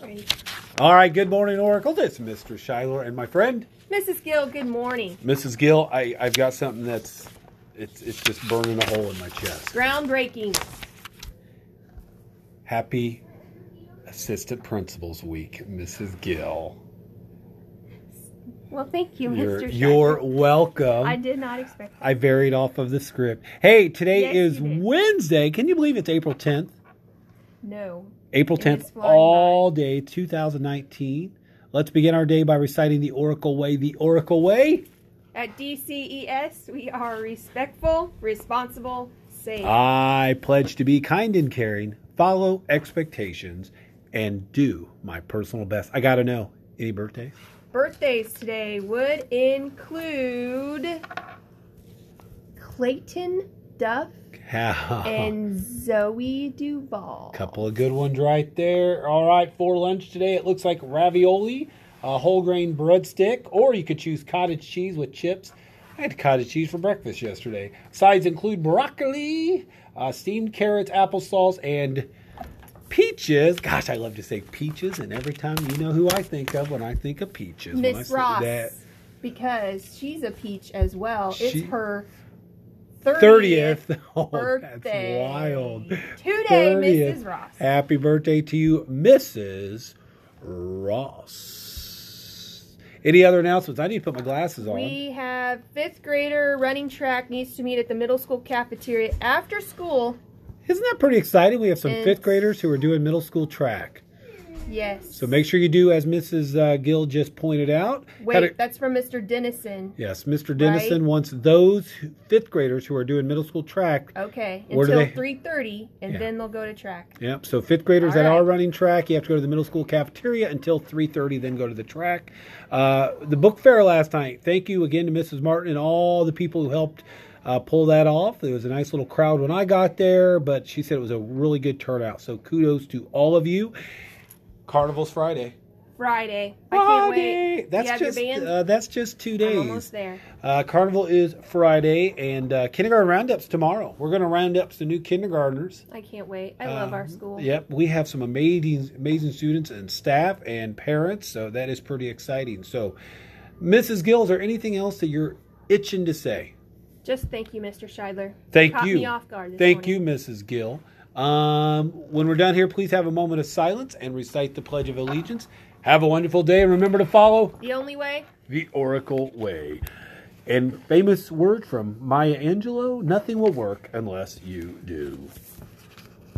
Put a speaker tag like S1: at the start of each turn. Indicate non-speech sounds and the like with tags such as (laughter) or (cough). S1: Great.
S2: All right, good morning, Oracle. This is Mr. Shiloh and my friend,
S1: Mrs. Gill, good morning.
S2: Mrs. Gill. I, I've got something that's it's it's just burning a hole in my chest.
S1: Groundbreaking.
S2: Happy Assistant Principals Week, Mrs. Gill.
S1: Well, thank you,
S2: You're,
S1: Mr.
S2: you're
S1: Shiloh.
S2: welcome.
S1: I did not expect that.
S2: I varied off of the script. Hey, today
S1: Yes,
S2: is
S1: you did.
S2: Wednesday. Can you believe it's April 10th?
S1: No.
S2: April
S1: It
S2: 10th,
S1: is flying
S2: all day 2019. Let's begin our day by reciting the Oracle Way. The Oracle Way.
S1: At DCES, we are respectful, responsible, safe.
S2: Ah. I pledge to be kind and caring, follow expectations, and do my personal best. I got to know any birthdays?
S1: Birthdays today would include Clayton Duff
S2: A
S1: and Zoe Duval.
S2: couple of good ones right there. All right, for lunch today, it looks like ravioli, a whole grain breadstick, or you could choose cottage cheese with chips. I had cottage cheese for breakfast yesterday. Sides include broccoli, uh, steamed carrots, applesauce, and peaches. Gosh, I love to say peaches, and every time you know who I think of when I think of peaches. When I
S1: Miss
S2: see
S1: Ross.
S2: that-
S1: Because she's a peach as well.
S2: She-
S1: it's her 30th,
S2: 30th. (laughs) Oh,
S1: birthday.
S2: that's wild.
S1: Today,
S2: 30th.
S1: Mrs. Ross.
S2: Happy birthday to you, Mrs. Ross. Any other announcements? I need to put my glasses on.
S1: We have fifth grader running track needs to meet at the middle school cafeteria after school.
S2: Isn't that pretty exciting? We have some
S1: It's-
S2: fifth graders who are doing middle school track.
S1: Yes.
S2: So make sure you do as Mrs. Uh, Gill just pointed out.
S1: Wait,
S2: Gotta-
S1: that's from Mr. Dennison.
S2: yes, Mr. Dennison wants those who- fifth graders who are doing middle school track
S1: Okay,
S2: Where do
S1: until
S2: they-
S1: three thirty, and
S2: Yeah.
S1: then they'll go to track.
S2: Yep. So fifth graders
S1: All
S2: that
S1: right.
S2: are running track, you have to go to the middle school cafeteria until three thirty, then go to the track. Uh, the book fair last night. Thank you again to Mrs. Martin and all the people who helped uh, pull that off. There was a nice little crowd when I got there, but she said it was a really good turnout. So kudos to all of you. Carnival's Friday.
S1: Friday. I can't
S2: Friday!
S1: wait.
S2: That's
S1: you have
S2: just
S1: your band.
S2: uh, that's just two days.
S1: I'm almost there.
S2: Uh, Carnival is Friday, and uh, kindergarten roundups tomorrow. We're going to round up some new kindergartners.
S1: I can't wait. I love
S2: um,
S1: our school.
S2: Yep, we have some amazing, amazing students and staff and parents, so that is pretty exciting. So, Mrs. Gill, is there anything else that you're itching to say?
S1: Just thank you, Mr. Scheidler.
S2: Thank
S1: Caught
S2: you.
S1: me off guard. This
S2: Thank you, Mrs. Gill. Um, when we're done here, please have a moment of silence and recite the Pledge of Allegiance. Have a wonderful day, and remember to follow
S1: you. The only way.
S2: the Oracle Way. And famous word from Maya Angelou: "Nothing will work unless you do."